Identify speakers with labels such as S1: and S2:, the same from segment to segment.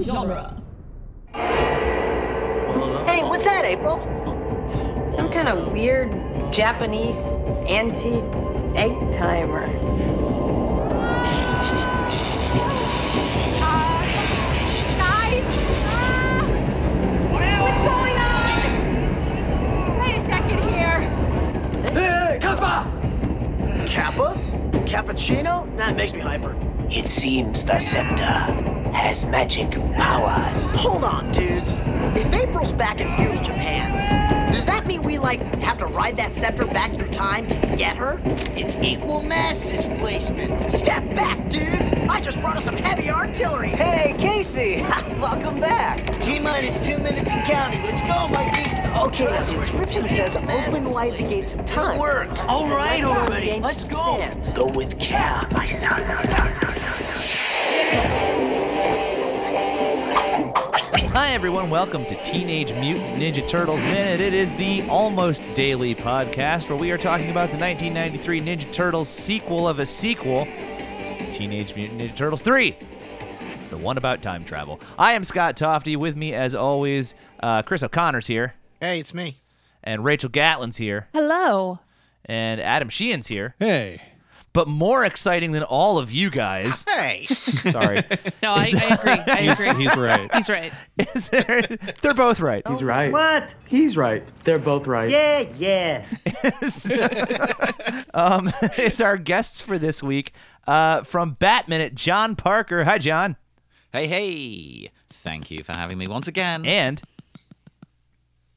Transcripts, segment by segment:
S1: genre.
S2: Hey, what's that, April?
S3: Some kind of weird Japanese antique egg timer.
S4: Guys! What's going on? Wait a second here.
S2: Hey, Kappa! Kappa? Cappuccino? That makes me hyper.
S5: It seems the scepter has magic powers.
S2: Hold on, dudes. If April's back in feudal Japan, does that mean we, like, have to ride that scepter back through time to get her?
S6: It's equal mass displacement.
S2: Step back, dudes! I just brought us some heavy artillery.
S7: Hey, Casey! Welcome back!
S6: T minus two minutes and counting. Let's go, Mikey.
S7: Okay, the inscription says open wide the gates of time.
S6: Work. All right already. Let's go.
S5: Go with care, my son.
S8: Hi, everyone. Welcome to Teenage Mutant Ninja Turtles Minute. It is the almost daily podcast where we are talking about the 1993 Ninja Turtles sequel of a sequel Teenage Mutant Ninja Turtles 3, the one about time travel. I am Scott Tofty. With me, as always, uh, Chris O'Connor's here,
S9: Hey, it's me.
S8: and Rachel Gatlin's here,
S1: Hello.
S8: and Adam Sheehan's here.
S9: Hey.
S8: But more exciting than all of you guys.
S2: Hey!
S8: Sorry.
S10: No, I, I agree. I agree. He's,
S9: He's right.
S10: right.
S8: Is there, they're both right.
S11: He's right. What? He's right. They're both right.
S7: Yeah, yeah.
S8: um, is our guests for this week uh, from Batminute, John Parker. Hi, John.
S12: Hey, hey! Thank you for having me once again.
S8: And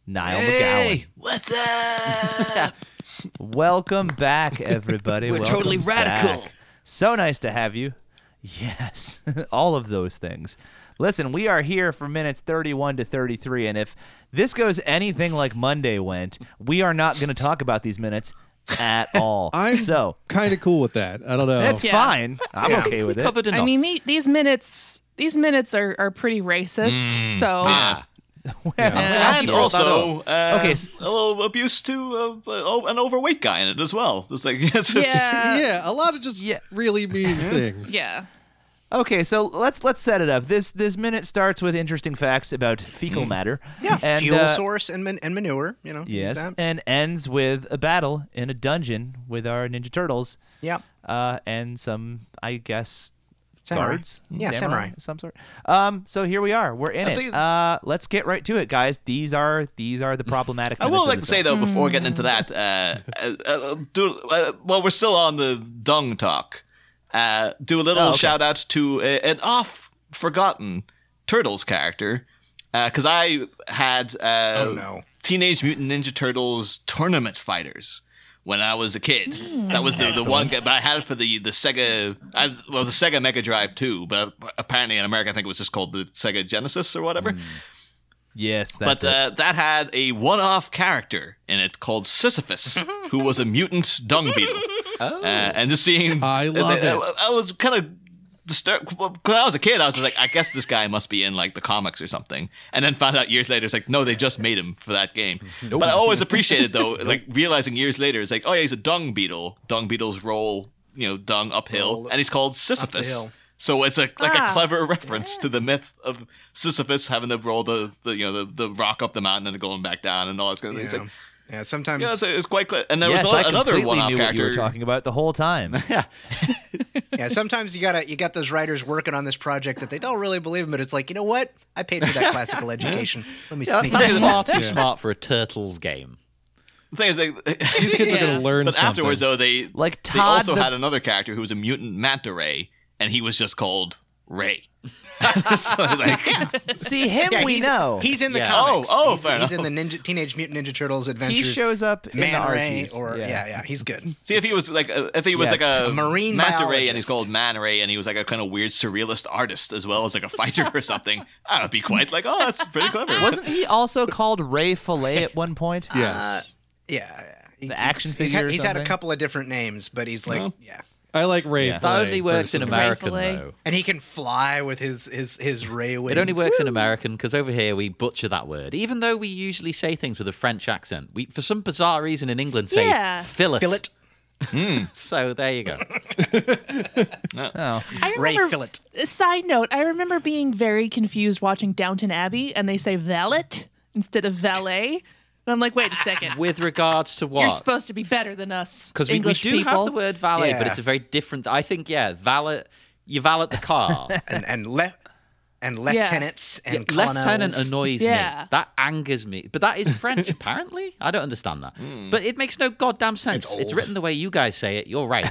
S8: Niall
S11: Hey,
S6: What's up?
S8: McGowan. Welcome back, everybody.
S11: We're
S8: Welcome
S11: totally radical.
S8: back. So nice to have you. Yes, all of those things. Listen, we are here for minutes 31 to 33, and if this goes anything like Monday went, we are not going to talk about these minutes at all.
S9: I'm
S8: so
S9: kind of cool with that. I
S11: Oh.
S9: don't know.
S8: that's
S10: Yeah.
S8: fine. I'm okay with it.
S12: Covered enough.
S10: I mean, the, these minutes, these minutes are, are pretty racist.
S12: Mm.
S10: so
S8: Yeah.
S10: And
S11: also, uh,
S8: Okay, s-
S11: a little abuse to uh, uh, an overweight guy in it as well. It's like, it's just-
S10: yeah,
S9: yeah, a lot of just
S8: Yeah.
S9: really mean things.
S10: yeah.
S8: Okay, so let's let's set it up. This this minute starts with interesting facts about fecal
S11: Hmm.
S8: matter. Yeah, and,
S7: Fuel
S8: uh,
S7: source and, man- and manure, you know. use
S8: Yes,
S7: that.
S8: and ends with a battle in a dungeon with our Ninja Turtles.
S7: Yep.
S8: Uh, and some, I guess,
S7: Samurai.
S8: guards.
S7: Yeah, samurai.
S8: of some sort. Um, so here we are. We're in
S11: I think
S8: it.
S11: it's-
S8: Uh, let's get right to it, guys. These are these are the problematic.
S11: I
S8: minutes
S11: will
S8: of
S11: like
S8: the
S11: to say
S8: film.
S11: though, before getting into that, uh, uh, uh, do uh, while we're still on the dung talk, uh, do a little
S8: Oh, okay.
S11: shout out to a, an off forgotten Turtles character because I had uh,
S7: Oh, no.
S11: Teenage Mutant Ninja Turtles tournament fighters. When I was a kid, that was the, the one. But I had it for the the Sega, I, well, the Sega Mega Drive too. But apparently in America, I think it was just called the Sega Genesis or whatever
S8: Hmm. Yes, that's
S11: but uh, that had a one-off character in it called Sisyphus, who was a mutant dung beetle.
S12: Oh.
S11: Uh, and just seeing,
S9: I love
S11: I,
S9: it.
S11: I was kind of disturbed when I was a kid. I was just like, I guess this guy must be in like the comics or something. And then found out years later, it's like, no, they just made him for that game. But I always appreciated though, like realizing years later, it's like, oh yeah, he's a dung beetle. Dung beetles roll, you know, dung uphill,
S7: Roll
S11: and he's called Sisyphus.
S7: hill.
S11: So it's a, like
S10: Ah.
S11: a clever reference to the myth of Sisyphus having to roll the, the you know the, the rock up the mountain and going back down and all that kind of
S7: Yeah.
S11: things. Like,
S7: yeah, sometimes.
S11: yeah, it's, it's quite clever. And uh, there
S8: yes,
S11: was a,
S8: I
S11: lot- another
S8: completely
S11: one-off
S8: knew what you
S11: character.
S8: were talking about the whole time.
S7: Yeah, sometimes you gotta you got those writers working on this project that they don't really believe in, but it's like you know what? I paid for that classical education. Let me sneak
S12: He's
S7: this in.
S12: far too smart for a turtles game.
S11: The thing is, they,
S9: These kids are
S10: Yeah.
S9: going to learn
S11: but
S9: something.
S11: afterwards though, they
S8: Like
S11: they
S8: Todd
S11: also
S8: the-
S11: had another character who was a mutant manta ray, and he was just called Ray. so like,
S8: See him,
S7: Yeah,
S8: we
S7: he's-
S8: know.
S7: he's in the
S12: Yeah.
S7: comics.
S11: Oh, oh,
S7: he's,
S11: fair
S7: he's in the Ninja, Teenage Mutant Ninja Turtles
S8: he
S7: adventures.
S8: shows up in the
S7: Man Ray,
S8: Archies.
S7: or yeah. yeah, he's good.
S11: see if he was like a, if he was
S8: Yeah,
S11: like a,
S7: a marine
S11: manta ray, and he's
S7: biologist.
S11: called man ray, and he was like a kind of weird surrealist artist as well as like a fighter or something. I'd be quite like, oh, that's pretty clever.
S8: Wasn't he also called Ray Fillet at one point?
S11: uh,
S9: yes.
S7: Yeah, he,
S8: The action
S7: he's, he's
S8: figure
S7: had-
S8: or
S7: He's, had a
S8: something?
S7: couple of different names, but he's like
S11: Well.
S7: yeah,
S9: I like Ray.
S12: That
S9: Fillet
S12: only works in
S9: personally.
S12: American
S10: Rightfully.
S12: though.
S7: and he can fly with his his his ray wings.
S12: It only works in American because over here we butcher that word. Even though we usually say things with a French accent, we for some bizarre reason in England say
S10: Yeah.
S12: fillet.
S7: Fillet.
S12: so there you go.
S8: oh.
S10: I remember, a Side note: I remember being very confused watching Downton Abbey, and they say valet instead of valet, and I'm like, wait a second,
S12: With regards to what?
S10: you're supposed to be better than us
S12: Because we, we
S10: English
S12: do
S10: people.
S12: have the word valet, but
S7: Yeah.
S12: it's a very different. I think yeah, valet. You valet the car.
S7: and and left and lieutenants
S12: Yeah,
S7: and colonels.
S12: lieutenant annoys
S10: Yeah.
S12: me. That angers me. But that is French, apparently. I don't understand that. But it makes no goddamn sense. Hmm. It's,
S7: old.
S12: written the way you guys say it. You're right.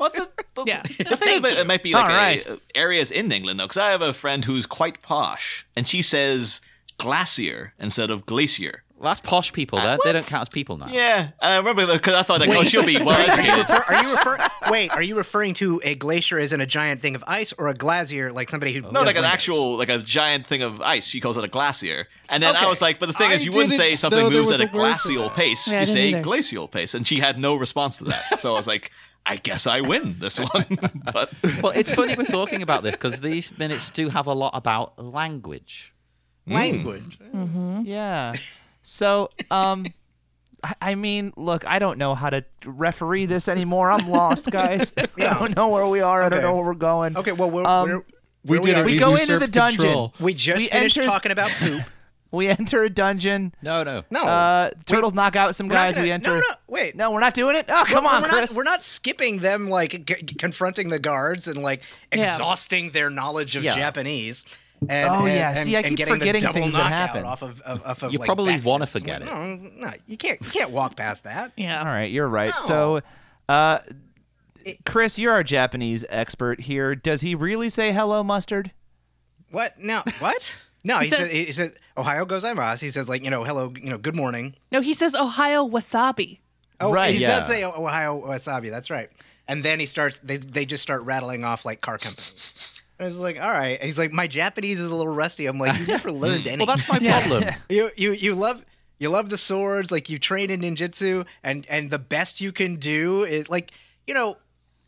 S11: Well, the, the,
S10: Yeah.
S11: the thing about it might be like
S8: All
S11: a-
S8: right.
S11: uh, areas in England though, because I have a friend who's quite posh, and she says glacier instead of glacier.
S12: well, that's posh people. There, they don't count as people now.
S11: Yeah, and I remember because I thought like, oh, she'll be well educated.
S7: Refer- are you refer- wait? Are you referring to a glacier as in a giant thing of ice, or a glacier like somebody who
S11: No,
S7: does
S11: like an
S7: windows?
S11: actual, like a giant thing of ice. She calls it a glacier. And then I
S7: Okay.
S11: was like, but the thing
S9: I
S11: is, you wouldn't
S9: didn't
S11: say something
S9: know there
S11: moves
S9: was
S11: at a
S9: a word for
S11: glacial pace.
S10: Yeah, I
S11: you
S10: didn't
S11: say
S10: either.
S11: glacial pace. And she had no response to that. So I was like, I guess I win this one. but
S12: Well, it's funny we're talking about this because these minutes do have a lot about language.
S7: language.
S11: Uh-huh.
S8: Yeah. So, um, I- I mean, look, I don't know how to referee this anymore. I'm lost, guys. I don't know where we are. I don't
S7: Okay.
S8: know where we're going.
S7: Okay, well, we're,
S8: Um,
S7: we're,
S9: We
S7: where
S9: did
S7: are
S9: our
S8: We go into
S9: usurp
S8: the dungeon.
S9: control.
S7: we just
S8: we
S7: finished
S8: entered-
S7: talking about poop.
S8: We enter a dungeon.
S12: No, no.
S7: No,
S8: Uh, turtles knock out some
S7: not
S8: guys.
S7: gonna-
S8: we enter.
S7: no, no, wait.
S8: No, we're not doing it. Oh,
S7: Well,
S8: come on,
S7: we're
S8: Chris.
S7: Not, we're not skipping them like g- confronting the guards and like
S10: Yeah.
S7: exhausting their knowledge of
S12: Yeah.
S7: Japanese. And,
S8: Oh,
S7: and-
S8: yeah.
S7: and-
S8: See, I
S7: and
S8: keep
S7: getting the
S8: forgetting
S7: double
S8: things that
S7: knockout
S8: happen.
S7: Off of, of, off of
S12: You
S7: like,
S12: probably
S7: back
S12: wanna
S7: fists.
S12: forget it.
S7: No, no, you can't. You can't walk past that.
S10: Yeah.
S8: All right, you're right. So, uh, Chris, you're our Japanese expert here. Does he really say hello, mustard?
S7: What? No. What? No. He,
S10: He
S7: says,
S10: says-
S7: he says Ohio goes I'm Ross. He says like you know hello you know good morning.
S10: No, he says Ohio wasabi.
S7: Oh,
S12: Right,
S7: He
S12: yeah.
S7: does say Ohio wasabi. That's right. And then he starts. They they just start rattling off like car companies. And I was like, all right. And he's like, my Japanese is a little rusty. I'm like, you never learned anything.
S12: Well, that's my problem.
S7: you you you love you love the swords like you train in ninjutsu and and the best you can do is like you know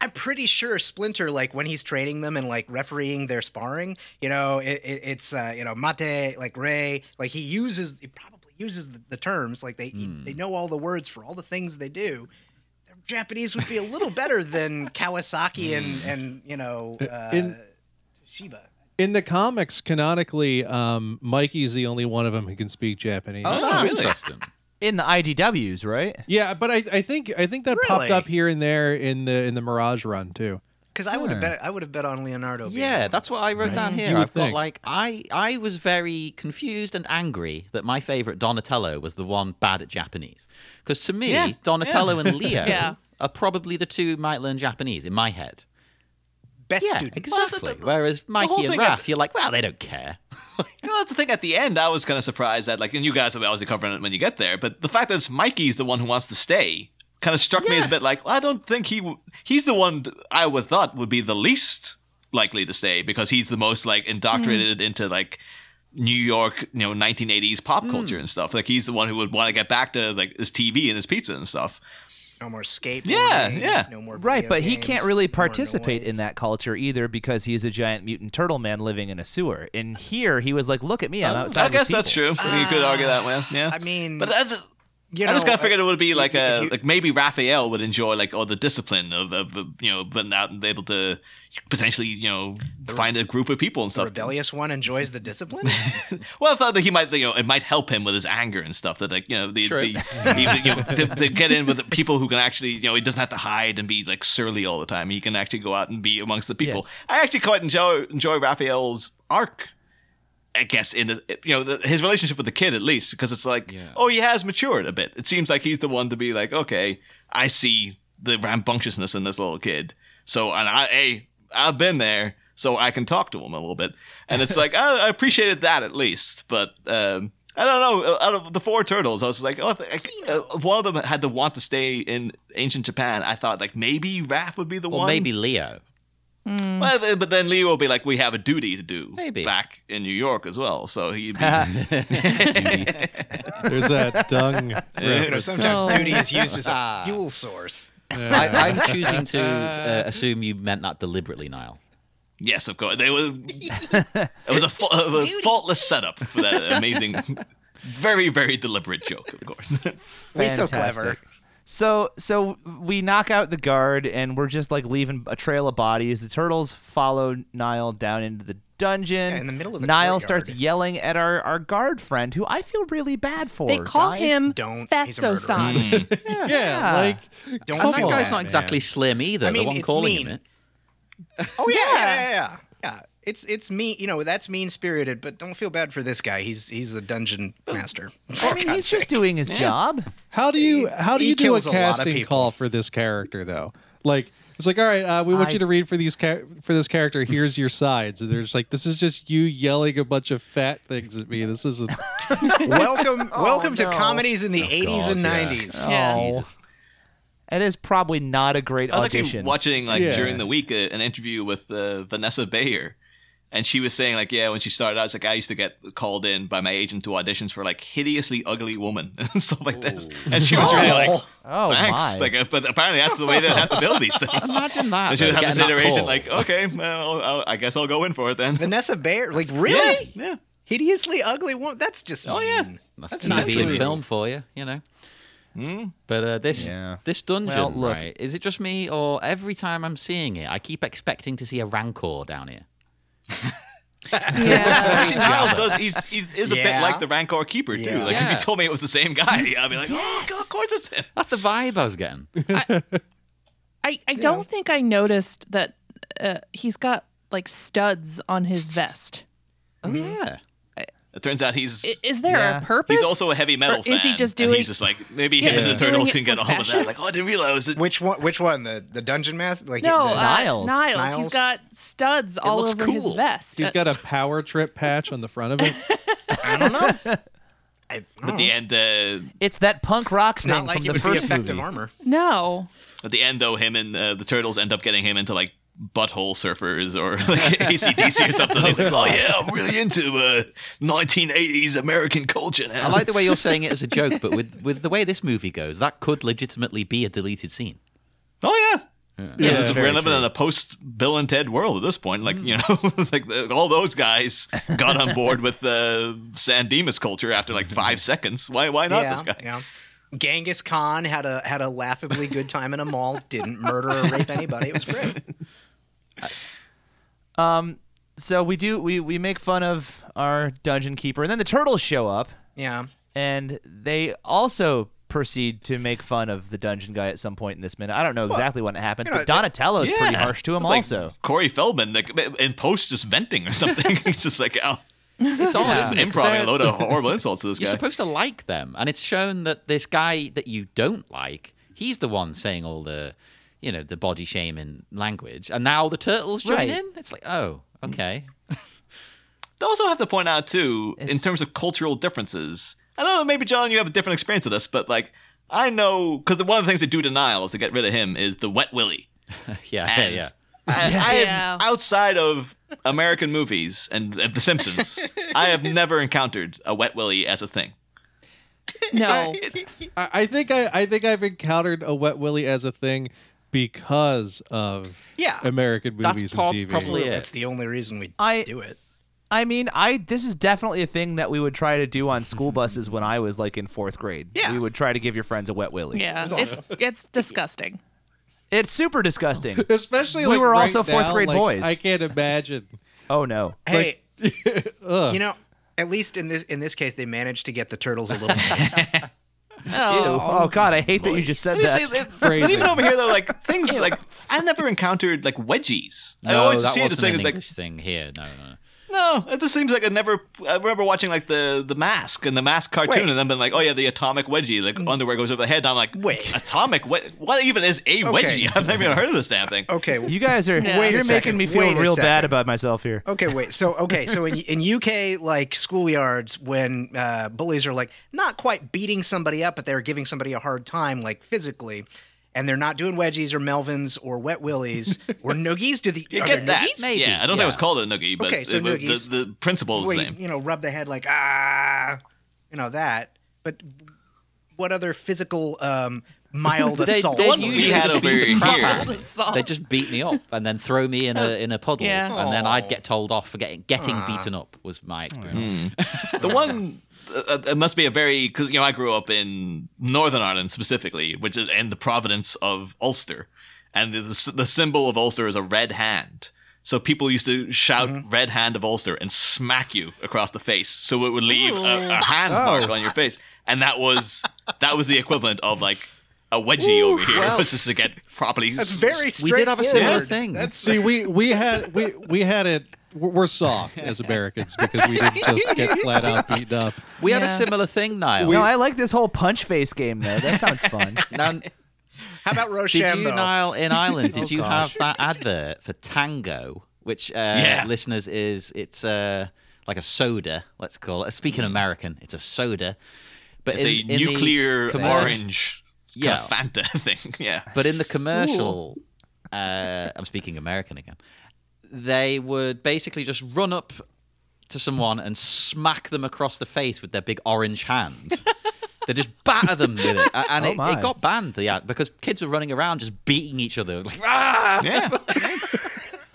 S7: i'm pretty sure splinter like when he's training them and like refereeing their sparring you know it, it, it's uh, you know mate like ray like he uses he probably uses the, the terms like they
S12: Hmm.
S7: they know all the words for all the things they do japanese would be a little better than kawasaki and
S12: Hmm.
S7: and you know uh,
S9: In-
S7: shiba
S9: In the comics, canonically, um, Mikey's the only one of them who can speak Japanese.
S12: Oh, that's
S11: really?
S12: interesting.
S8: In the IDWs, right?
S9: Yeah, but I, I think I think that
S7: Really?
S9: popped up here and there in the in the Mirage run too.
S7: because i would have bet i would have bet on leonardo being
S12: Yeah, that's what I wrote down here.
S9: You would
S12: I've got
S9: think.
S12: like I I was very confused and angry that my favorite Donatello was the one bad at Japanese. Because to me,
S10: Yeah,
S12: Donatello and Leo
S10: Yeah.
S12: are probably the two who might learn Japanese in my head.
S7: best
S12: Yeah,
S7: student
S12: exactly. Whereas Mikey and
S11: thing at-
S12: Raph, you're like, well, they don't care.
S11: you know, that's the thing at the end. I was kind of surprised that, like, and you guys will obviously cover it when you get there, but the fact that it's Mikey's the one who wants to stay kind of struck me as a bit like, well, I don't think he, w- he's the one th- I would thought would be the least likely to stay because he's the most, like,
S7: Mm.
S11: indoctrinated into, like, New York, you know, 1980s pop
S7: Mm.
S11: culture and stuff. Like, he's the one who would want to get back to, like, his TV and his pizza and stuff.
S7: No more skateboarding.
S11: Yeah, yeah.
S7: No more.
S8: Right,
S7: video
S8: but he
S7: games,
S8: can't really
S7: no more
S8: participate in
S7: noise.
S8: that culture either because he's a giant mutant turtle man living in a sewer. And here he was like, "Look at me, I'm outside."
S11: Oh, I
S8: with
S11: guess that's
S8: people."
S11: true. you could argue that way. Yeah.
S7: Ah, I mean,
S11: but uh, that's.
S7: You
S11: I just
S7: know,
S11: kind of figured it would be like
S7: if
S11: a
S7: you-
S11: like maybe Raphael would enjoy like all the discipline of, of of, you know being out and able to potentially you know find a group of people and
S7: The
S11: stuff.
S7: rebellious one enjoys the discipline.
S11: Well, I thought that he might you know it might help him with his anger and stuff. That like you know the,
S12: True.
S11: the even, you know, to, to get in with the people who can actually you know he doesn't have to hide and be like surly all the time. He can actually go out and be amongst the people. I actually quite enjoy enjoy Raphael's arc I guess in the you know the, his relationship with the kid at least because it's like oh he has matured a bit. It seems like he's the one to be like okay I see the rambunctiousness in this little kid. So and I hey I've been there so I can talk to him a little bit and it's like I, I appreciated that at least but um, I don't know out of the four turtles I was like oh I think- uh, if one of them had to want to stay in ancient Japan I thought like maybe Raph would be the
S12: Or
S11: one
S12: maybe Leo.
S11: well, th- but then Lee will be like, we have a duty to do
S12: Maybe.
S11: back in New York as well. So he'd be,
S9: There's that dung.
S7: you know,
S9: reference.
S7: sometimes
S10: Oh.
S7: duty is used as a fuel source.
S12: I, I'm choosing to uh, assume you meant that deliberately, Niall.
S11: yes, of course. They was, it was a, fa- it was a faultless setup for that amazing, very, very deliberate joke, of course.
S7: We so
S8: Fantastic.
S7: clever.
S8: So so we knock out the guard and we're just like leaving a trail of bodies. The turtles follow Niall down into the dungeon.
S7: in the middle of the
S8: Niall
S7: courtyard.
S8: starts yelling at our, our guard friend, who I feel really bad for.
S10: They call
S8: guys.
S10: him
S7: Don't. He's a murderer.
S10: Fatso-san.
S12: Mm.
S8: Yeah,
S9: Yeah, like
S7: Don't
S9: come
S12: that
S9: on,
S12: guy's not
S9: man.
S12: exactly slim either.
S7: I mean,
S12: the one
S7: it's
S12: calling
S7: mean.
S12: him it.
S7: Oh yeah, yeah, yeah, yeah. yeah. It's it's me, you know. That's mean spirited, but don't feel bad for this guy. He's he's a dungeon master.
S8: I mean, he's just doing his job.
S9: How do you how do
S7: he
S9: you do a
S7: kills a lot of
S9: casting
S7: people.
S9: call for this character though? Like it's like all right, uh, we want
S8: I-
S9: you to read for these cha- for this character. Here's your sides, and there's like this is just you yelling a bunch of fat things at me. This isn't.
S7: welcome, welcome
S8: Oh,
S7: to
S8: no.
S7: comedies in the '80s and
S12: God, yeah.
S7: '90s.
S10: Yeah.
S8: Oh, it is probably not a great
S11: I was actually
S8: audition.
S11: watching like
S9: Yeah.
S11: during the week uh, an interview with uh, Vanessa Bayer, and she was saying like, yeah, when she started out, it's like I used to get called in by my agent to auditions for like hideously ugly woman and stuff like this, and she was really like,
S8: oh my!
S11: thanks, like, uh, but apparently that's the way they have to build these things.
S12: Imagine that.
S11: And she
S12: though,
S11: would have to say
S12: getting
S11: to
S12: that
S11: her agent
S12: call.
S11: like, okay, well, I'll, I guess I'll go in for it then.
S7: Vanessa Bayer, like really
S11: Yeah.
S7: hideously ugly woman. That's just oh
S11: yeah.
S12: That's,
S7: That's
S12: a
S7: nice
S12: TV
S7: of you.
S12: film for you, you know.
S11: Hmm?
S12: But uh, this
S8: Yeah.
S12: this dungeon,
S8: Well, look-
S12: right? Is it just me, or every time I'm seeing it, I keep expecting to see a rancor down here?
S10: Yeah.
S11: Actually, Niles does. He's, he is a
S7: Yeah.
S11: bit like the Rancor Keeper too.
S7: Yeah.
S11: Like if
S12: Yeah.
S11: you told me it was the same guy, I'd be like, oh, God, of course it's him.
S12: That's the vibe I was getting.
S10: I, I don't think I noticed that uh, he's got like studs on his vest.
S12: Oh yeah.
S11: It turns out he's
S10: I- Is there
S8: Yeah.
S10: a purpose?
S11: he's also a heavy metal.
S10: Or is he
S11: fan,
S10: just
S11: and
S10: doing?
S11: He's just like maybe
S10: Yeah,
S11: him and the
S10: he's doing
S11: turtles
S10: it
S11: can get
S10: for
S11: all of
S10: fashion?
S11: that. Like oh, I didn't realize it.
S7: Which one? Which one? The the dungeon master? Like
S10: no,
S7: the-
S10: uh,
S8: Niles.
S10: Niles. He's
S7: Niles.
S10: got studs all
S11: looks
S10: over his
S11: cool.
S10: vest.
S9: He's
S10: Uh,
S9: got a power trip patch on the front of it.
S7: I don't know. I, I don't
S11: At the
S7: know.
S11: end, uh,
S8: it's that punk rock
S7: It's
S8: thing
S7: not like it
S8: from the
S7: would be
S8: first
S7: effective
S8: movie.
S7: armor.
S10: no.
S11: at the end though, him and uh, the turtles end up getting him into like butthole surfers or like ACDC or something. He's like, oh yeah, I'm really into uh, 1980s American culture now.
S12: I like the way you're saying it as a joke, but with with the way this movie goes, that could legitimately be a deleted scene.
S11: oh yeah. Yeah,
S9: Yeah.
S11: this- we're living in a post Bill and Ted world at this point. Like
S8: Mm.
S11: you know, like the, all those guys got on board with the San Dimas culture after like five seconds. Why? Why not
S7: yeah,
S11: this guy?
S7: yeah. Genghis Khan had a had a laughably good time in a mall. Didn't murder or rape anybody. It was great.
S8: So we do we we make fun of our dungeon keeper, and then the turtles show up,
S7: Yeah.
S8: and they also proceed to make fun of the dungeon guy at some point in this minute. I don't know exactly when it happened,
S7: you know,
S8: but Donatello's pretty
S11: Yeah.
S8: harsh to him
S11: It's like
S8: also.
S11: Corey Feldman, like in post, just venting or something. He's just like, oh,
S12: It's odd,
S11: just
S12: isn't it?
S11: improv
S12: 'Cause they're-
S11: a load of horrible insults to this
S12: You're
S11: guy.
S12: supposed to like them, and it's shown that this guy that you don't like, he's the one saying all the, you know, the body shaming language, and now the turtles join
S8: Right.
S12: in. It's like, oh, okay.
S11: They also have to point out too, in terms of cultural differences. I don't know. Maybe John, you have a different experience of this, but like. I know because one of the things they do to Niles to get rid of him is the wet willy.
S12: yeah, yeah,
S11: And
S12: yeah.
S11: I, I
S10: Yeah.
S11: have, outside of American movies and uh, The Simpsons, I have never encountered a wet willy as a thing.
S10: No.
S9: I, I think I, I think I've encountered a wet willy as a thing because of
S7: Yeah.
S9: American
S12: That's
S9: movies
S12: prob-
S9: and TV.
S12: probably it.
S7: That's the only reason we
S8: I-
S7: do it.
S8: I mean, I this is definitely a thing that we would try to do on school buses when I was like in fourth grade.
S7: Yeah.
S8: we would try to give your friends a wet willy.
S10: Yeah. It's it's disgusting.
S8: it's super disgusting.
S9: Especially
S8: We
S9: like
S8: were
S9: right
S8: also fourth
S9: now,
S8: grade
S9: like,
S8: boys.
S9: I can't imagine.
S8: oh no.
S7: Hey, you know, at least in this in this case, they managed to get the turtles a little. moist.
S8: Ew.
S10: Oh.
S8: Oh god, I hate that you just said that.
S9: Phrasing.
S11: Even over here, though, like things like I never encountered like wedgies. I
S12: No,
S11: always
S12: that
S11: just see it as
S12: wasn't
S11: things
S12: an
S11: like
S12: English thing here. No, no.
S11: no. It just seems like I never. I remember watching like the the mask and the mask cartoon,
S7: Wait. Mm.
S11: and then been like, oh yeah, the atomic wedgie, like underwear goes over the head. And I'm like,
S7: Wait.
S11: atomic wed- What even is
S7: Okay.
S11: a wedgie? I've never even heard of this damn thing.
S7: Okay.
S8: You guys are
S10: Wait a
S8: you're making
S7: second,
S8: me feel
S7: wait a
S8: real
S7: second. Oh,
S8: bad about myself here.
S7: Okay, wait. So, okay, so in in UK like schoolyards, when uh, bullies are like not quite beating somebody up, but they're giving somebody a hard time, like physically, and they're not doing wedgies or Melvins or wet willies or noogies. Do the
S11: You
S7: are
S11: get
S7: there
S11: that?
S7: noogies?
S12: Maybe,
S11: Yeah, I don't think
S12: yeah.
S11: it was called a noogie, but
S7: Okay, so
S11: it was-
S7: noogies.
S11: the, the principle is the
S7: Where
S11: same.
S7: you, you know, rub the head like ah, you know that. But what other physical um, mild
S12: They-
S7: assault.
S12: They, usually just beat the crap out of me. They just beat me up and then throw me in a in a puddle,
S11: Yeah.
S12: and then I'd get told off for getting getting
S11: Aw.
S12: beaten up. Was my experience.
S11: Mm. the one uh, it must be a very because you know I grew up in Northern Ireland specifically, which is in the province of Ulster, and the, the, the symbol of Ulster is a red hand. So people used to shout
S12: Mm-hmm.
S11: "Red Hand of Ulster" and smack you across the face, so it would leave a, a hand
S12: Oh.
S11: mark on your face, and that was that was the equivalent of like a wedgie over here,
S12: well.
S11: was just to get properly.
S7: That's
S11: s-
S7: very
S11: s-
S7: We did have a similar straightforward. thing.
S9: That's see, we we had we we had it. We're we're soft as Americans because we didn't just get flat out beaten up.
S12: We had a similar thing, Niall.
S8: no, I like this whole punch face game though. That sounds fun.
S12: now,
S7: How about
S12: did you,
S7: Rochambeau?
S12: Niall, in Ireland?
S8: Oh,
S12: Did you
S8: gosh.
S12: have that advert for Tango, which uh,
S8: Yeah.
S12: listeners is it's uh, like a soda. Let's call it. Speaking American, it's a soda, but
S11: it's
S12: in-
S11: a
S12: in the
S11: nuclear
S12: commercial-
S11: orange
S12: Yeah.
S11: kind of Fanta thing. Yeah.
S12: But in the commercial, uh, I'm speaking American again. They would basically just run up to someone and smack them across the face with their big orange hand. they just batter them with it, A- and
S8: Oh
S12: it,
S8: my.
S12: it got banned. The ad because kids were running around just beating each other. Like, ah!
S11: Yeah.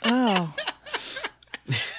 S10: Oh.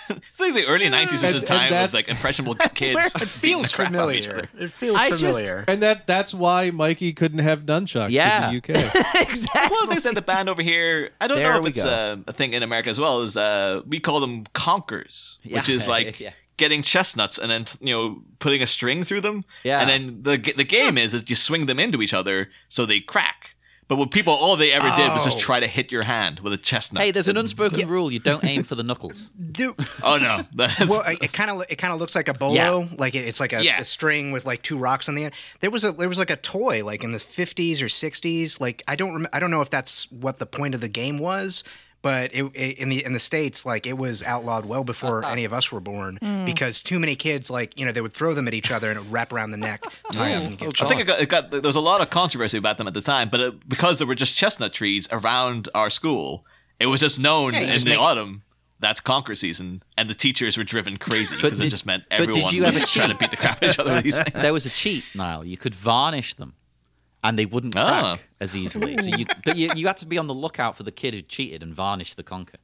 S11: I think the early '90s was a
S9: And-
S11: time
S9: and
S11: of
S9: that's-
S11: like impressionable kids.
S7: It
S11: beating the
S7: feels
S11: crap out of each
S7: familiar.
S11: other.
S7: It feels
S8: I just-
S7: familiar.
S9: And that that's why Mikey couldn't have nunchucks
S12: Yeah.
S9: in the UK.
S8: exactly.
S11: Well, there's that the band over here. I don't
S8: There
S11: know if
S8: we
S11: it's
S8: go.
S11: uh, a thing in America as well. Is uh, we call them conkers, which
S12: Yeah,
S11: is like
S12: yeah.
S11: getting chestnuts and then you know putting a string through them.
S12: Yeah.
S11: And then the g- the game is that you swing them into each other so they crack. But what people all they ever did was just
S7: Oh.
S11: try to hit your hand with a chestnut.
S12: Hey, there's an unspoken rule: you don't aim for the knuckles.
S7: Do,
S11: oh no.
S7: well, it- it kind of it kind of looks like a bolo, like it, it's like a,
S11: Yeah.
S7: a string with like two rocks on the end. There was a there was like a toy like in the 50s or 60s. Like I don't rem- I don't know if that's what the point of the game was, but it, it- in the in the states like it was outlawed well
S11: Uh-huh.
S7: before any of us were born
S10: Hmm.
S7: because too many kids like you know they would throw them at each other and it would wrap around the neck, tie up, and get
S11: I Oh, think it got, it got there was a lot of controversy about them at the time, but it, because there were just chestnut trees around our school, it was just known
S7: Yeah, you
S11: in
S7: just
S11: the
S7: make-
S11: autumn that's conquer season, and the teachers were driven crazy because it
S12: did-
S11: just meant
S12: but did
S11: everyone
S12: you
S11: was
S12: ever
S11: trying to
S12: cheat?
S11: beat the crap out of each other with these things.
S12: there was a cheat, Niall. You could varnish them, and they wouldn't
S8: Ah.
S11: Oh.
S12: crack as easily. So you, but you, you had to be on the lookout for the kid who cheated and varnished the conker.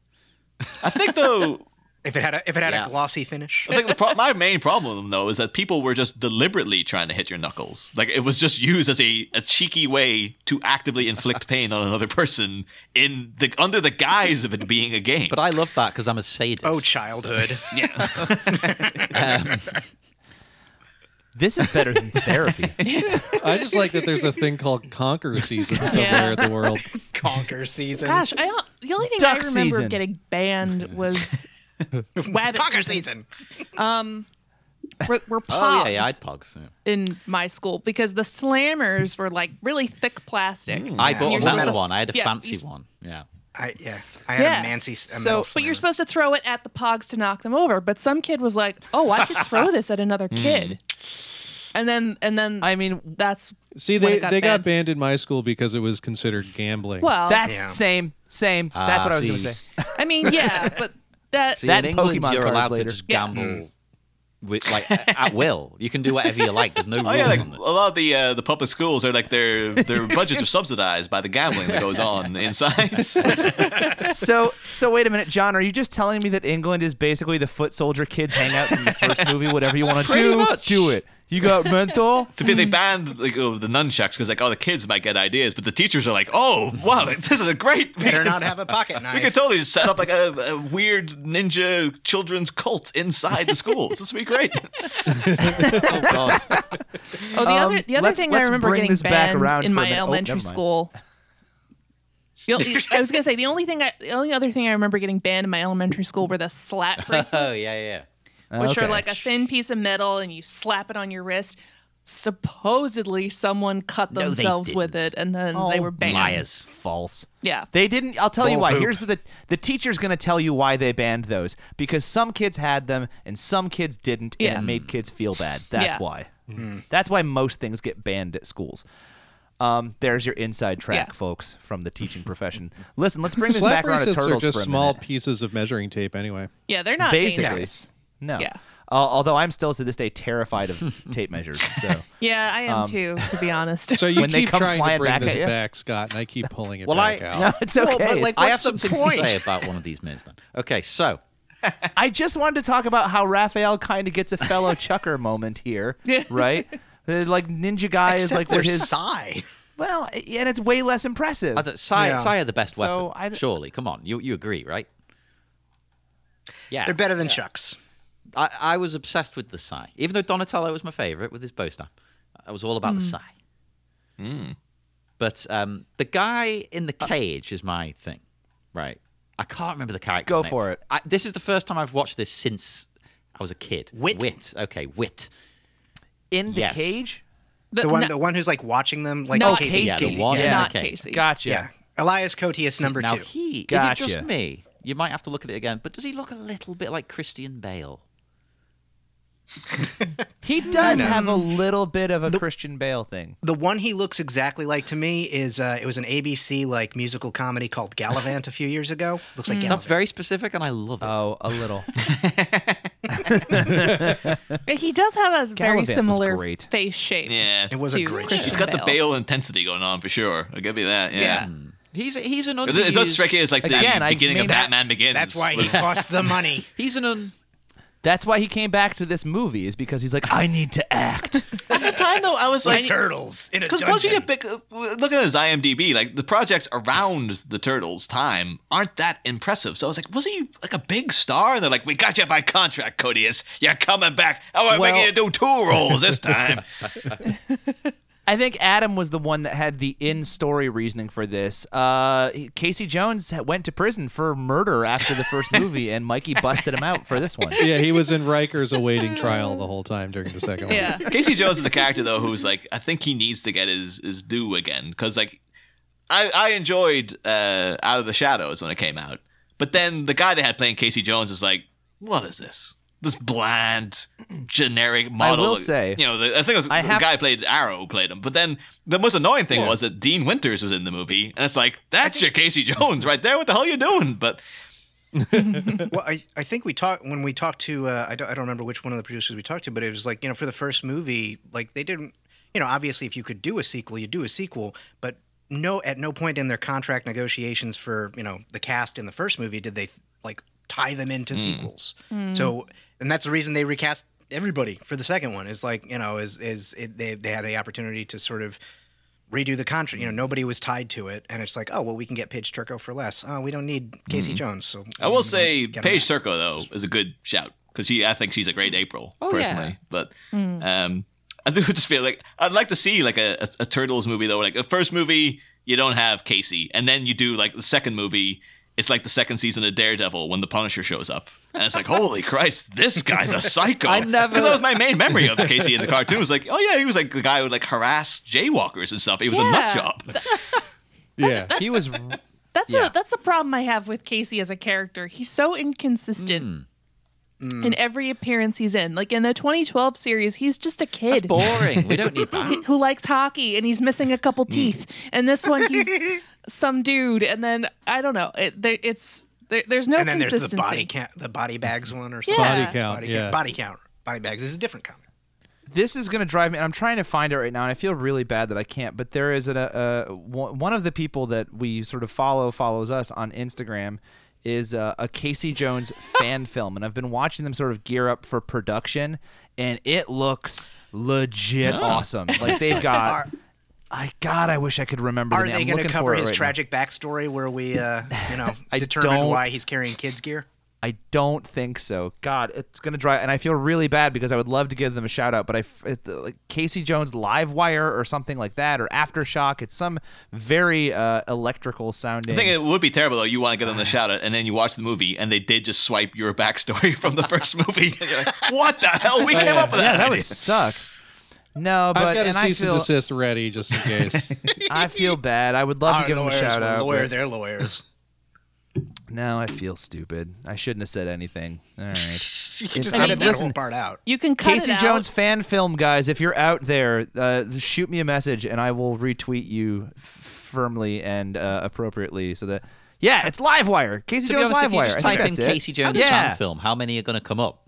S11: I think though.
S7: if it had a, if it had
S12: Yeah.
S7: a glossy finish.
S11: I think the pro- my main problem with them though is that people were just deliberately trying to hit your knuckles. Like it was just used as a, a cheeky way to actively inflict pain on another person in the under the guise of it being a game.
S12: But I love that because I'm a sadist. Um,
S7: Oh, childhood.
S11: yeah.
S8: This is better than therapy.
S9: I just like that there's a thing called conquer season somewhere
S10: Yeah.
S9: in the world.
S7: Conquer season.
S10: Gosh, I don't- the only thing I
S8: Duck
S10: remember
S8: season.
S10: getting banned was rabbit
S7: Conquer
S10: season.
S7: season.
S10: We're, we're
S12: Oh
S10: pogs
S12: yeah, yeah, I'd pogs. yeah.
S10: in my school because the slammers were like really thick plastic.
S12: Mm. I bought
S10: You're
S12: a metal
S10: supposed to-
S12: one. I had a
S10: yeah,
S12: fancy
S10: you're s-
S12: one. Yeah.
S7: I, yeah, I had
S10: Yeah.
S7: a Mancy. A metal
S10: So, but you're
S7: slammer.
S10: supposed to throw it at the pogs to knock them over. But some kid was like, "Oh, I could throw this at
S12: Mm.
S10: another kid," and then and then
S8: I mean,
S10: that's
S9: See,
S10: when
S9: they
S10: it got
S9: they
S10: banned.
S9: got banned in my school because it was considered gambling.
S10: Well,
S8: that's
S7: Yeah.
S8: same, same.
S12: Ah,
S8: that's what I was going
S12: see.
S8: to say.
S10: I mean, yeah, but that oh,
S12: See,
S8: That
S12: in England,
S8: Pokemon
S12: you're
S8: cards
S12: allowed
S8: later.
S12: to just
S10: Yeah.
S12: gamble with like at will. You can do whatever you like. There's no
S11: Oh
S12: rules
S11: yeah, like
S12: on
S11: a
S12: this.
S11: lot of the uh, the public schools are like their their budgets are subsidized by the gambling that goes on inside.
S8: So, so wait a minute, John. Are you just telling me that England is basically the foot soldier kids hang out in the first movie? Whatever you want to
S12: Pretty
S8: do,
S12: much.
S8: do it. You got mental.
S11: to be they banned like oh, the nunchucks because like oh the kids might get ideas, but the teachers are like oh wow this is a great
S7: better not have a pocket knife.
S11: We could totally just set up like a, a weird ninja children's cult inside the schools. This would be great.
S12: Oh god.
S10: Oh, the
S8: Um,
S10: other the other
S8: let's-
S10: thing I
S8: let's
S10: remember
S8: bring
S10: getting
S8: this back
S10: banned
S8: around
S10: in
S8: for a
S10: my
S8: minute. Oh,
S10: elementary
S8: never mind.
S10: school. You know, I was gonna say the only thing I, the only other thing I remember getting banned in my elementary school were the slap bracelets,
S12: Oh yeah, yeah.
S10: which are
S8: Okay.
S10: like a thin piece of metal and you slap it on your wrist. Supposedly, someone cut
S12: they
S10: themselves with it,
S12: didn't.
S10: and then they were banned.
S12: Liars. False.
S10: Yeah,
S8: They didn't. I'll tell you
S7: Bull
S8: why.
S7: poop.
S8: Here's the the teacher's going to tell you why they banned those because some kids had them and some kids didn't,
S10: Yeah.
S8: and it made kids feel bad. That's
S10: Yeah.
S8: why. That's why most things get banned at schools. Um, there's your inside track,
S10: Yeah.
S8: folks, from the teaching profession. Listen, let's bring this
S9: Slap
S8: back around to
S9: bracelets
S8: turtles
S9: are just
S8: for a
S9: small
S8: minute.
S9: pieces of measuring tape, anyway.
S10: yeah, they're not
S8: Basically.
S10: dangerous.
S8: No.
S10: Yeah.
S8: Uh, although I'm still to this day terrified of tape measures. So
S10: Yeah, I am
S8: Um,
S10: too, to be honest.
S9: So you
S8: When they
S9: keep
S8: come
S9: trying to
S8: flying
S9: bring
S8: back at
S9: this
S8: ya?
S9: back, Scott, and I keep pulling it
S12: Well, I-
S9: back out.
S8: no, it's okay.
S7: but, like,
S8: It's-
S12: I
S7: what's
S12: have
S7: the
S12: something
S7: point?
S12: to say about one of these minutes then. Okay, so
S8: I just wanted to talk about how Raphael kind of gets a fellow chucker moment here,
S10: Yeah.
S8: right? Uh, Like Ninja Guy
S7: Except
S8: is like
S7: for
S8: with his
S7: sigh.
S8: well, and it's way less impressive.
S12: I don't, Sai,
S7: Yeah.
S12: Sai are the best
S8: So I
S12: weapon.
S8: d-
S12: Surely, come on, you you agree, right? Yeah,
S7: They're better than Chuck's.
S12: I, I was obsessed with the Sai, even though Donatello was my favorite with his bow staff. I was all about
S8: Hmm.
S12: the Sai.
S11: Hmm.
S12: But um, the guy in
S8: Uh,
S12: the cage is my thing, right? I can't remember the character.
S8: Go for it.
S12: I, this is the first time I've watched this since I was a kid.
S7: Wit.
S12: Wit. Okay, Wit.
S8: in the
S12: Yes.
S8: cage.
S7: The one,
S10: no-
S7: the one who's like watching them, like
S10: No,
S7: Casey.
S12: yeah, the
S7: Casey,
S12: one.
S7: Yeah.
S10: not
S12: okay.
S10: Casey.
S8: Gotcha.
S7: yeah, Elias Cotius number
S12: now
S7: two.
S12: he
S8: Gotcha.
S12: is it just me? You might have to look at it again, but does he look a little bit like Christian Bale?
S8: He does have a little bit of a Christian Bale thing.
S7: The one he looks exactly like to me is uh, it was an ABC like musical comedy called Gallivant a few years ago. Looks
S10: Mm.
S7: like Gallivant.
S12: That's very specific, and I love it.
S8: Oh, a little.
S10: He does have a
S8: Galavant
S10: very
S8: was
S10: similar
S8: great.
S10: face shape.
S11: Yeah.
S7: it was a
S10: to
S7: great
S10: Christian
S11: He's got the
S10: Bale.
S11: Bale intensity going on for sure. I'll give you that. Yeah.
S10: Yeah.
S12: He's he's an
S11: It,
S12: underused.
S11: it does strike you as like the
S8: Again, I
S11: beginning of
S8: mean
S7: that-
S11: Batman Begins.
S7: That's why he
S11: was-
S7: costs the money.
S12: He's an un.
S8: That's why he came back to this movie is because he's like, I need to act.
S11: At the time though, I was
S7: Like
S11: like,
S7: turtles in a
S11: Because
S7: dungeon.
S11: was he a big? uh, Look at his IMDb. Like the projects around the Turtles' time aren't that impressive. So I was like, was he like a big star? And they're like, we got you by contract, Codius. You're coming back. Oh, we're
S8: Well-
S11: making you do two roles this time.
S8: I think Adam was the one that had the in-story reasoning for this. Uh, he- Casey Jones ha- went to prison for murder after the first movie, and Mikey busted him out for this one.
S9: Yeah, he was in Rikers awaiting trial the whole time during the second one.
S10: Yeah.
S11: Casey Jones is the character though who's like, I think he needs to get his his due again because like, I I enjoyed uh, Out of the Shadows when it came out, but then the guy they had playing Casey Jones is like, what is this? This bland, generic model.
S8: will say-
S11: you know, the, I think it was
S8: I
S11: the
S8: have-
S11: guy who played Arrow played him. But then the most annoying thing was that Dean Winters was in the movie, and it's like, that's your Casey Jones right there. What the hell are you doing? But
S7: well, I, I think we talked when we talked to uh, I, don't, I don't remember which one of the producers we talked to, but it was like you know for the first movie, like they didn't you know obviously if you could do a sequel, you do a sequel, but no at no point in their contract negotiations for you know the cast in the first movie did they like tie them
S11: Hmm.
S7: into sequels. So and that's the reason they recast everybody for the second one is like you know is is it, they they had the opportunity to sort of redo the contract you know nobody was tied to it and it's like oh well we can get Paige Turco for less oh we don't need Casey Jones so
S11: Hmm. I will say
S7: Get him
S11: Paige
S7: out.
S11: Turco though is a good shout because she I think she's a great April
S12: Oh,
S11: personally. But
S12: Mm.
S11: um, I do just feel like I'd like to see like a, a, a Turtles movie though. Like the first movie you don't have Casey, and then you do like the second movie. It's like the second season of Daredevil when the Punisher shows up, and it's like, holy Christ, this guy's a psycho.
S12: I never-
S11: because that was my main memory of the Casey in the cartoon. was like, oh yeah, he was like the guy who would like harass jaywalkers and stuff. He was a nut
S10: Yeah.
S11: job.
S9: Yeah.
S10: That's,
S12: He was
S10: that's
S12: yeah.
S10: a, that's the problem I have with Casey as a character. He's so inconsistent
S7: Mm.
S10: in every appearance he's in. Like in the 2012 series, he's just a kid.
S12: boring. We don't need that.
S10: who likes hockey and he's missing a couple teeth. And this one, he's some dude. And then I don't know. It, there, it's there, there's no
S7: and then there's
S10: consistency.
S7: the body count, the body bags one or something.
S10: Body
S9: Yeah. count,
S7: body
S9: yeah.
S7: count, body count, body bags is a different comic.
S8: this is gonna drive me. And I'm trying to find it right now, and I feel really bad that I can't. But there is a, a one one of the people that we sort of follow follows us on Instagram is a, a Casey Jones fan film, and I've been watching them sort of gear up for production, and it looks legit awesome. Like they've got. I God, I wish I could remember.
S7: Are
S8: the name.
S7: they
S8: I'm
S7: going to
S8: looking
S7: cover
S8: for it
S7: his
S8: right now.
S7: tragic backstory where we, uh, you know,
S8: I
S7: determine
S8: don't-
S7: why he's carrying kids gear?
S8: I don't think so. God, it's gonna drive, and I feel really bad because I would love to give them a shout out, but I f- it, like Casey Jones Live Wire or something like that, or Aftershock. It's some very uh, electrical sounding.
S11: I think it would be terrible though. You want to get them the shout out, and then you watch the movie, and they did just swipe your backstory from the first movie. And you're like, what the hell? We came up with
S8: Oh, yeah,
S11: that.
S8: that
S11: idea."
S8: would suck. No, but
S9: I've got a
S8: and I
S9: cease and
S8: feel,
S9: desist ready just in case.
S8: I feel bad. I would love to give them a shout out.
S7: lawyer
S8: but
S7: their lawyers.
S8: now I feel stupid. I shouldn't have said anything. All right.
S7: you can just
S10: I mean,
S7: edit that whole
S8: listen,
S7: part out.
S10: You can cut
S8: Casey
S10: it out.
S8: Jones fan film guys, if you're out there, uh, shoot me a message and I will retweet you f- firmly and uh, appropriately so that yeah, it's Livewire. Casey
S12: to be
S8: Jones
S12: honest, if you
S8: Livewire.
S12: just
S8: I think
S12: type in
S8: that's it.
S12: Casey Jones
S8: yeah.
S12: fan film, how many are going to come up?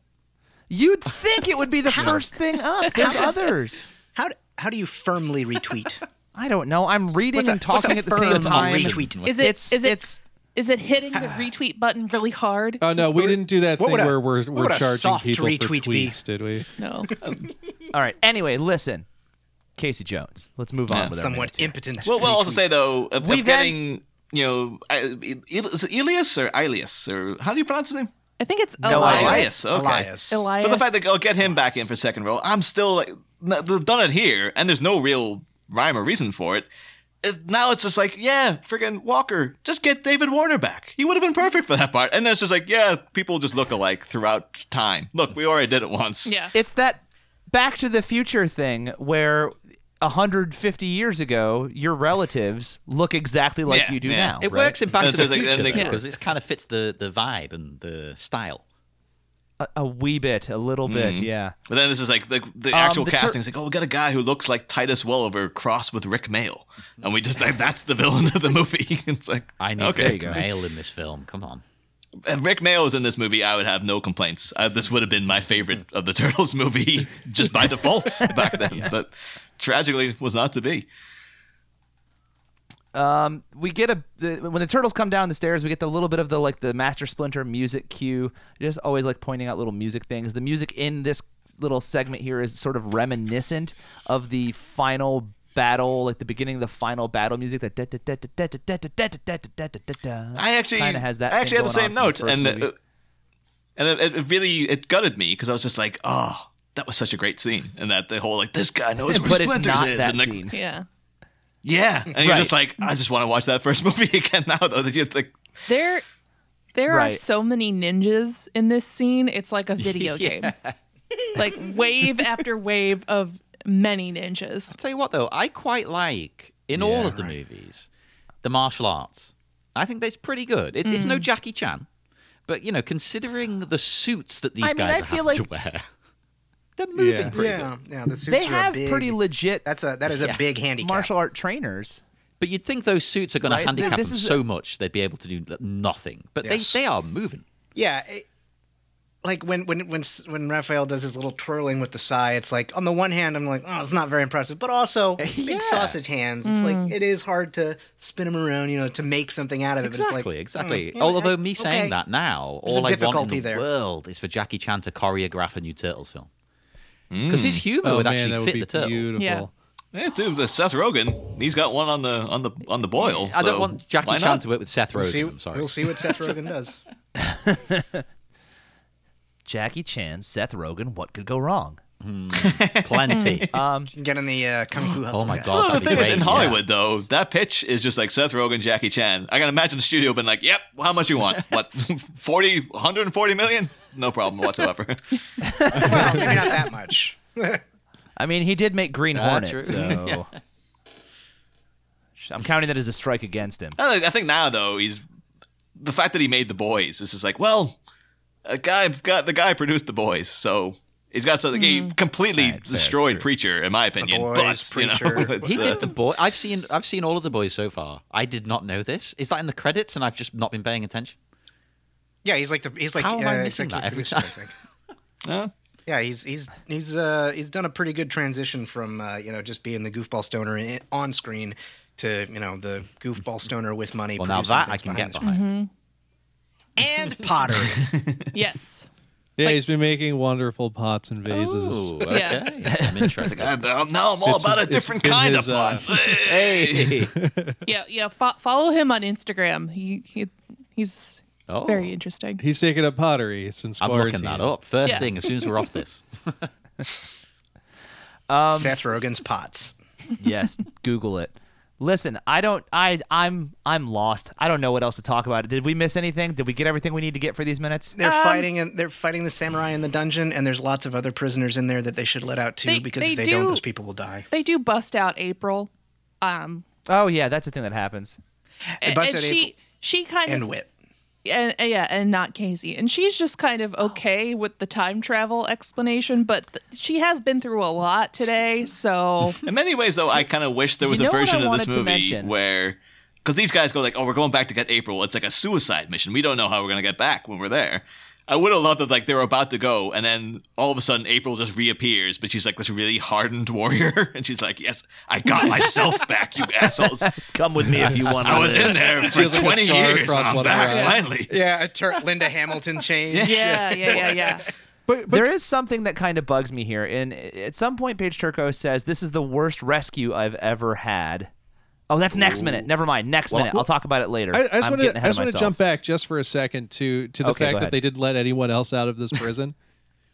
S8: You'd think it would be the first thing up. There's others.
S7: How do, how do you firmly retweet?
S8: I don't know. I'm reading
S7: What's a-
S8: and
S7: what's a
S8: talking at the
S7: firm
S8: same time.
S7: retweet?
S10: Is it? Is
S8: It's- Uh,
S10: it? is it hitting the retweet button really hard?
S9: Oh no, we didn't do that
S7: what
S9: thing
S7: would a-
S9: where we're
S7: what
S9: we're
S7: would a
S9: charging
S7: soft
S9: people for
S7: retweet be?
S9: tweets, did we?
S10: No.
S8: All right. Anyway, listen, Casey Jones. Let's move on with our
S7: Somewhat
S8: minutes here.
S7: impotent.
S11: Well, we'll also
S7: retweet.
S11: say though, of,
S8: We
S11: of
S8: then-
S11: getting you know, I- is it Elias or Ilias or how do you pronounce his name?
S10: I think it's Elias.
S11: Elias. Okay.
S7: Elias.
S10: Elias.
S11: But the fact that I'll get him back in for second role, I'm still like, n- they've done it here, and there's no real rhyme or reason for it. It- Now it's just like, yeah, friggin' Walker, just get David Warner back. He would have been perfect for that part. And it's just like, yeah, people just look alike throughout time. Look, we already did it once.
S10: yeah.
S8: It's that Back to the Future thing where 150 years ago, your relatives look exactly like
S11: Yeah,
S8: you do
S11: yeah.
S8: now.
S11: It
S12: It
S8: right?
S12: works in Back
S11: That's
S12: to the
S11: like-
S12: Future
S11: and they-
S12: because it kind of fits the, the vibe and the style.
S8: a, a wee bit, a little bit,
S11: Mm-hmm.
S8: yeah.
S11: But then this is like the, the actual
S8: the tur-
S11: casting is like, oh, we got a guy who looks like Titus Welliver crossed with Rick Mail. And we just like, that's the villain of the movie. it's like,
S12: I need
S11: okay.
S12: Rick Mail in this film. Come on.
S11: If Rick Mail was in this movie, I would have no complaints. Uh, this would have been my favorite
S8: Hmm.
S11: of the Turtles movie just by default back then. But tragically, it was not to be.
S8: we get a the, when the turtles come down the stairs we get the little bit of the like the master splinter music cue just always like pointing out little music things the music in this little segment here is sort of reminiscent of the final battle like the beginning of the final battle music that
S11: I actually
S8: kind of has that
S11: I
S8: thing
S11: actually had the
S8: going
S11: same
S8: on
S11: note,
S8: from the first
S11: and
S8: movie.
S11: uh, and it, it really it gutted me because I was just like, oh, that was such a great scene, and that the whole like this guy knows where
S8: but it's
S11: Splinters
S8: not
S11: is,
S8: that
S11: and like,
S8: scene
S10: yeah.
S11: yeah, and
S8: Right.
S11: you're just like, I just want to watch that first movie again now though. That you like,
S10: There, there are
S8: Right.
S10: so many ninjas in this scene. It's like a video game, like wave after wave of many ninjas.
S12: Tell you what, though, I quite like in all of the movies the martial arts. I think that's pretty good. It's, it's no Jackie Chan, but you know, considering the suits that these
S8: I mean,
S12: guys
S8: I
S12: are
S8: feel
S12: having to wear, they're moving
S9: Yeah.
S12: pretty good.
S7: yeah, yeah, the suits
S8: they
S7: are a
S8: have
S7: big-
S8: pretty legit
S7: That's a that is a
S12: Yeah.
S7: big handicap.
S8: martial art trainers
S12: But you'd think those suits are going
S8: Right,
S12: to
S8: th-
S12: handicap
S8: this
S12: them
S8: is-
S12: so much they'd be able to do nothing. But
S7: Yes.
S12: they, they are moving.
S7: Yeah. It, like when when when s- when Raphael does his little twirling with the sigh, it's like on the one hand I'm like, oh, it's not very impressive, but also big sausage hands. It's
S12: Mm.
S7: like it is hard to spin them around, you know, to make something out of it.
S12: Exactly,
S7: But it's like,
S12: exactly.
S7: mm, yeah,
S12: Although
S7: I-
S12: me
S7: okay.
S12: saying that now,
S7: There's a
S12: all I want
S7: difficulty
S12: in the
S7: there.
S12: world is for Jackie Chan to choreograph a new Turtles film.
S11: Mm.
S12: Because his humor
S9: Oh
S12: would
S9: man,
S12: actually
S9: that
S12: fit
S9: would be
S12: the Turtles.
S9: beautiful.
S10: Yeah.
S11: eh, dude, the Seth Rogen, he's got one on the on the on the boil.
S12: I don't
S11: so
S12: want Jackie
S11: why
S12: Chan
S11: not?
S12: to work with Seth
S7: We'll
S12: Rogen.
S7: see,
S12: I'm sorry.
S7: we'll see what Seth Rogen does.
S8: jackie chan seth rogen what could go wrong Um,
S12: Plenty.
S7: Get in the uh, kung fu hustle.
S12: oh my
S7: guys.
S12: god.
S11: Well, the
S12: that'd be
S11: thing is,
S12: great,
S11: in
S12: yeah.
S11: Hollywood, though, that pitch is just like Seth Rogen, Jackie Chan. I can imagine the studio being like, yep, well, how much you want? What, 40, 140 million? No problem whatsoever.
S7: well, maybe not that much.
S8: I mean, he did make Green
S12: Ah,
S8: Hornet,
S12: true.
S8: so I'm counting that as a strike against him.
S11: I think- I think now, though, he's the fact that he made The Boys is just like, well, a guy got the guy produced The Boys, so he's got something. He completely
S8: Right, fair,
S11: destroyed Preacher, in my opinion.
S7: Boys,
S11: but, you know,
S7: Preacher.
S11: it's,
S12: He
S11: uh,
S12: did the boy. I've seen I've seen all of the boys so far. I did not know this. Is that in the credits? And I've just not been paying attention.
S7: Yeah, he's like the he's like
S12: How am I
S7: uh,
S12: missing
S7: executive
S12: that every
S7: producer, I
S12: time?
S7: think.
S11: huh?
S7: Yeah, he's he's he's uh he's done a pretty good transition from uh, you know just being the goofball stoner in, on screen to you know the goofball stoner with money.
S12: Well, now
S7: producing
S12: that I
S7: things
S12: can
S7: behind
S12: get
S7: the
S12: behind.
S7: scenes. And pottery.
S10: Yes.
S9: Yeah, he's been making wonderful pots and vases.
S12: Ooh, okay.
S10: Yeah.
S12: I'm interested.
S11: Uh, now I'm all
S9: It's-
S11: about a
S9: it's
S11: different
S9: been
S11: kind
S9: his,
S11: of plot.
S12: hey.
S10: Yeah. Yeah. Fo- follow him on Instagram. He he he's
S12: Oh.
S10: very interesting.
S9: He's taken up pottery since
S12: I'm
S9: quarantine.
S12: looking that up. First
S10: Yeah.
S12: thing, as soon as we're off this. Um,
S7: Seth Rogen's pots.
S8: Yes, Google it. Listen, I don't. I I'm I'm lost. I don't know what else to talk about. Did we miss anything? Did we get everything we need to get for these minutes?
S7: They're
S10: um,
S7: fighting and they're fighting the samurai in the dungeon, and there's lots of other prisoners in there that they should let out too,
S10: They-
S7: because
S10: they
S7: if they do, not
S10: do-
S7: those people will die.
S10: They do bust out April,
S8: Oh yeah, that's a thing that happens.
S10: and,
S7: bust
S10: and
S7: out
S10: she
S7: April.
S10: she kind
S7: And
S10: of
S7: wit.
S10: and and- yeah, and not Casey. And she's just kind of
S7: Oh.
S10: okay with the time travel explanation, but th- she has been through a lot today, so
S11: In many ways, though, I kind of wish there was
S8: know
S11: a
S8: what I
S11: version of this
S8: wanted to
S11: movie
S8: mention?
S11: where, because these guys go like, "Oh, we're going back to get April." It's like a suicide mission. We don't know how we're gonna get back when we're there. I would have loved that like they were about to go, and then all of a sudden April just reappears, but she's like this really hardened warrior, and she's like, "Yes, I got myself back, you assholes.
S8: Come with me if you want."
S11: I was in there for
S9: has, like, a
S11: 20
S9: scar
S11: years.
S9: across
S11: I'm
S9: one
S11: back
S9: eye.
S11: finally.
S7: Yeah, a tur- Linda Hamilton change.
S10: Yeah, yeah, yeah, yeah.
S9: But, but
S8: there is something that kind of bugs me here. And at some point, Paige Turco says, This is the worst rescue I've ever had. Oh, that's next minute. Never mind. Next minute. I'll talk about it later.
S9: I, I just
S8: I'm
S9: want
S8: getting
S9: to
S8: ahead
S9: I
S8: of
S9: just want to
S8: myself.
S9: jump back just for a second to to the
S8: Okay, go
S9: fact
S8: ahead.
S9: that they didn't let anyone else out of this prison.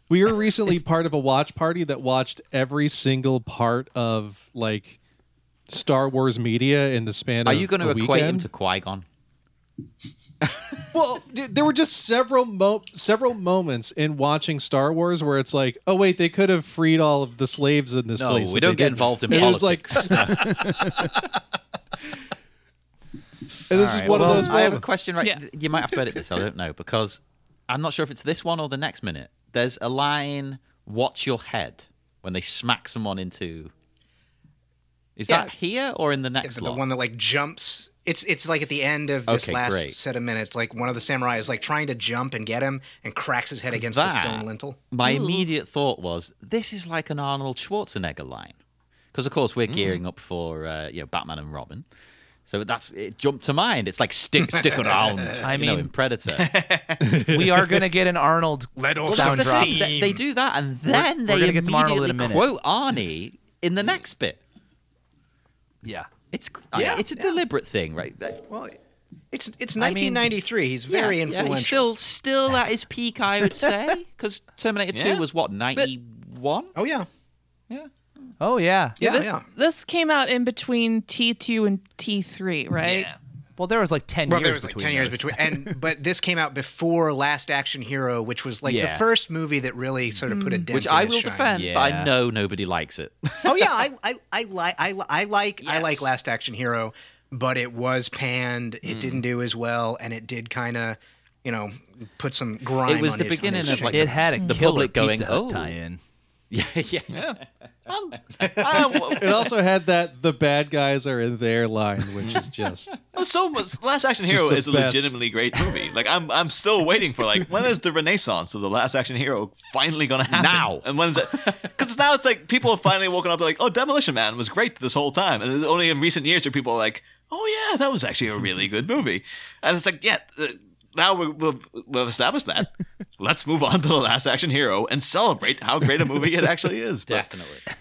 S9: we were recently part of a watch party that watched every single part of like Star Wars media in the span
S12: Are
S9: of
S12: you going to
S9: a
S12: equate him
S9: weekend.
S12: to Qui Gon?
S9: Well, d- there were just several mo- several moments in watching Star Wars where it's like, oh wait, they could have freed all of the slaves in this
S12: No,
S9: place.
S12: we
S9: and
S12: don't
S9: they
S12: get
S9: didn't.
S12: involved in
S9: And It was like,
S12: politics.
S9: and this is
S8: right,
S9: one
S8: well,
S9: of those.
S12: I have a
S9: moments.
S12: question, right?
S10: Yeah.
S12: You might have to edit this. I don't know because I'm not sure if it's this one or the next minute. There's a line, "Watch your head," when they smack someone into. Is
S7: Yeah.
S12: that here or in the next
S7: Is it the
S12: lot?
S7: one that like jumps? It's it's like at the end of this
S12: Okay,
S7: last
S12: great.
S7: set of minutes. Like one of the samurai is like trying to jump and get him, and cracks his head against the
S12: that-
S7: stone lintel.
S12: My immediate thought was, this is like an Arnold Schwarzenegger line, because of course we're gearing up for uh, you know Batman and Robin, so that's it jumped to mind. It's like stick stick around. I mean,
S8: mean-
S12: in Predator,
S8: we are going to get an Arnold.
S7: Let off
S12: Well,
S7: some
S12: that's the
S7: steam.
S12: thing, They, they do that, and then
S8: we're
S12: they
S8: gonna
S12: immediately
S8: get some Arnold in a minute.
S12: quote Arnie in the next bit.
S8: Yeah.
S12: It's yeah, it's a deliberate thing, right?
S7: Well, it's it's
S8: I mean-
S7: 1993. he's very
S12: Yeah, yeah,
S7: influential.
S12: he's still still at his peak, I would say, because Terminator
S11: Yeah.
S12: Two was what ninety one.
S7: oh yeah,
S8: Oh, yeah.
S10: Yeah, this
S7: yeah.
S10: this came out in between T2 and T3, right?
S11: Yeah.
S8: Well, there was like 10
S7: well
S8: years
S7: there was like 10
S8: between
S7: years
S8: those.
S7: between, and but this came out before Last Action Hero, which was like
S8: Yeah.
S7: the first movie that really sort of put a dent.
S12: Which
S7: in
S12: I
S7: his
S12: will
S7: shine.
S12: defend, but
S8: Yeah.
S12: I know nobody likes it.
S7: oh yeah, I I I like I, li- I like I like
S12: Yes.
S7: Last Action Hero, but it was panned. It
S12: Mm.
S7: didn't do as well, and it did kind of, you know, put some grime.
S12: was
S7: on
S12: the
S7: his- on
S12: beginning
S7: his
S12: of,
S7: shape.
S12: like,
S8: It had a
S12: The
S8: killer
S12: public going,
S8: Pizza Hut
S12: "Oh."
S8: tie-in.
S12: yeah, yeah.
S8: Um, uh,
S9: It also had that the bad guys are in their line, which is just
S11: Well, so much, Last Action Hero
S9: the
S11: is a
S9: best.
S11: legitimately great movie. Like I'm, I'm still waiting for like when is the renaissance of the Last Action Hero finally gonna happen?
S12: Now.
S11: and when is it? Because now it's like people have finally woken up. They're like, oh, Demolition Man was great this whole time, and it's only in recent years are people like, oh yeah, that was actually a really good movie. And it's like, yeah, uh, now we- we've, we've established that. Let's move on to the Last Action Hero and celebrate how great a movie it actually is. But,
S12: Definitely.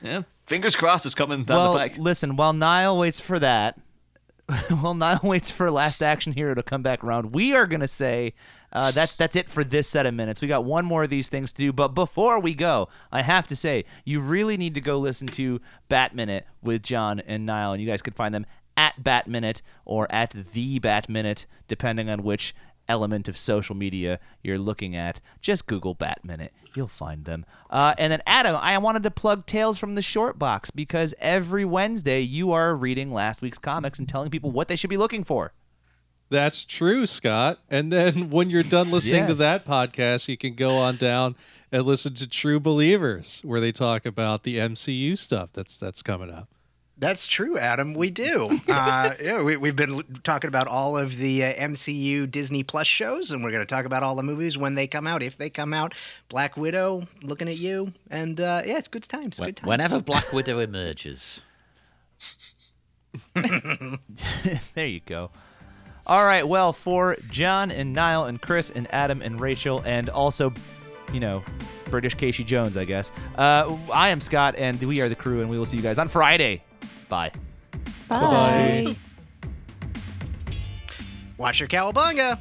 S11: yeah, fingers crossed, it's coming down
S8: Well,
S11: the pike.
S8: listen, while Niall waits for that, while Niall waits for Last Action Hero to come back around, we are going to say uh, that's that's it for this set of minutes. We got one more of these things to do, but before we go, I have to say you really need to go listen to Bat Minute with John and Niall, and you guys can find them at Bat Minute or at the Bat Minute, depending on which element of social media you're looking at, just Google Bat Minute. You'll find them. Uh, and then, Adam, I wanted to plug Tales from the Short Box because every Wednesday you are reading last week's comics and telling people what they should be looking for.
S9: That's true, Scott. And then when you're done listening to
S8: Yes.
S9: that podcast, you can go on down and listen to True Believers, where they talk about the MCU stuff that's that's coming up.
S7: That's true, Adam. We do. Uh, yeah, we, we've been l- talking about all of the uh, MCU Disney Plus shows, and we're going to talk about all the movies when they come out, if they come out. Black Widow, looking at you, and uh, yeah, it's good times.
S12: When-
S7: good times.
S12: Whenever Black Widow emerges,
S8: There you go. All right, well, for John and Niall and Chris and Adam and Rachel and also, you know, British Casey Jones, I guess. Uh, I am Scott, and we are the crew, and we will see you guys on Friday. Bye.
S10: Bye.
S7: Watch your cowabunga.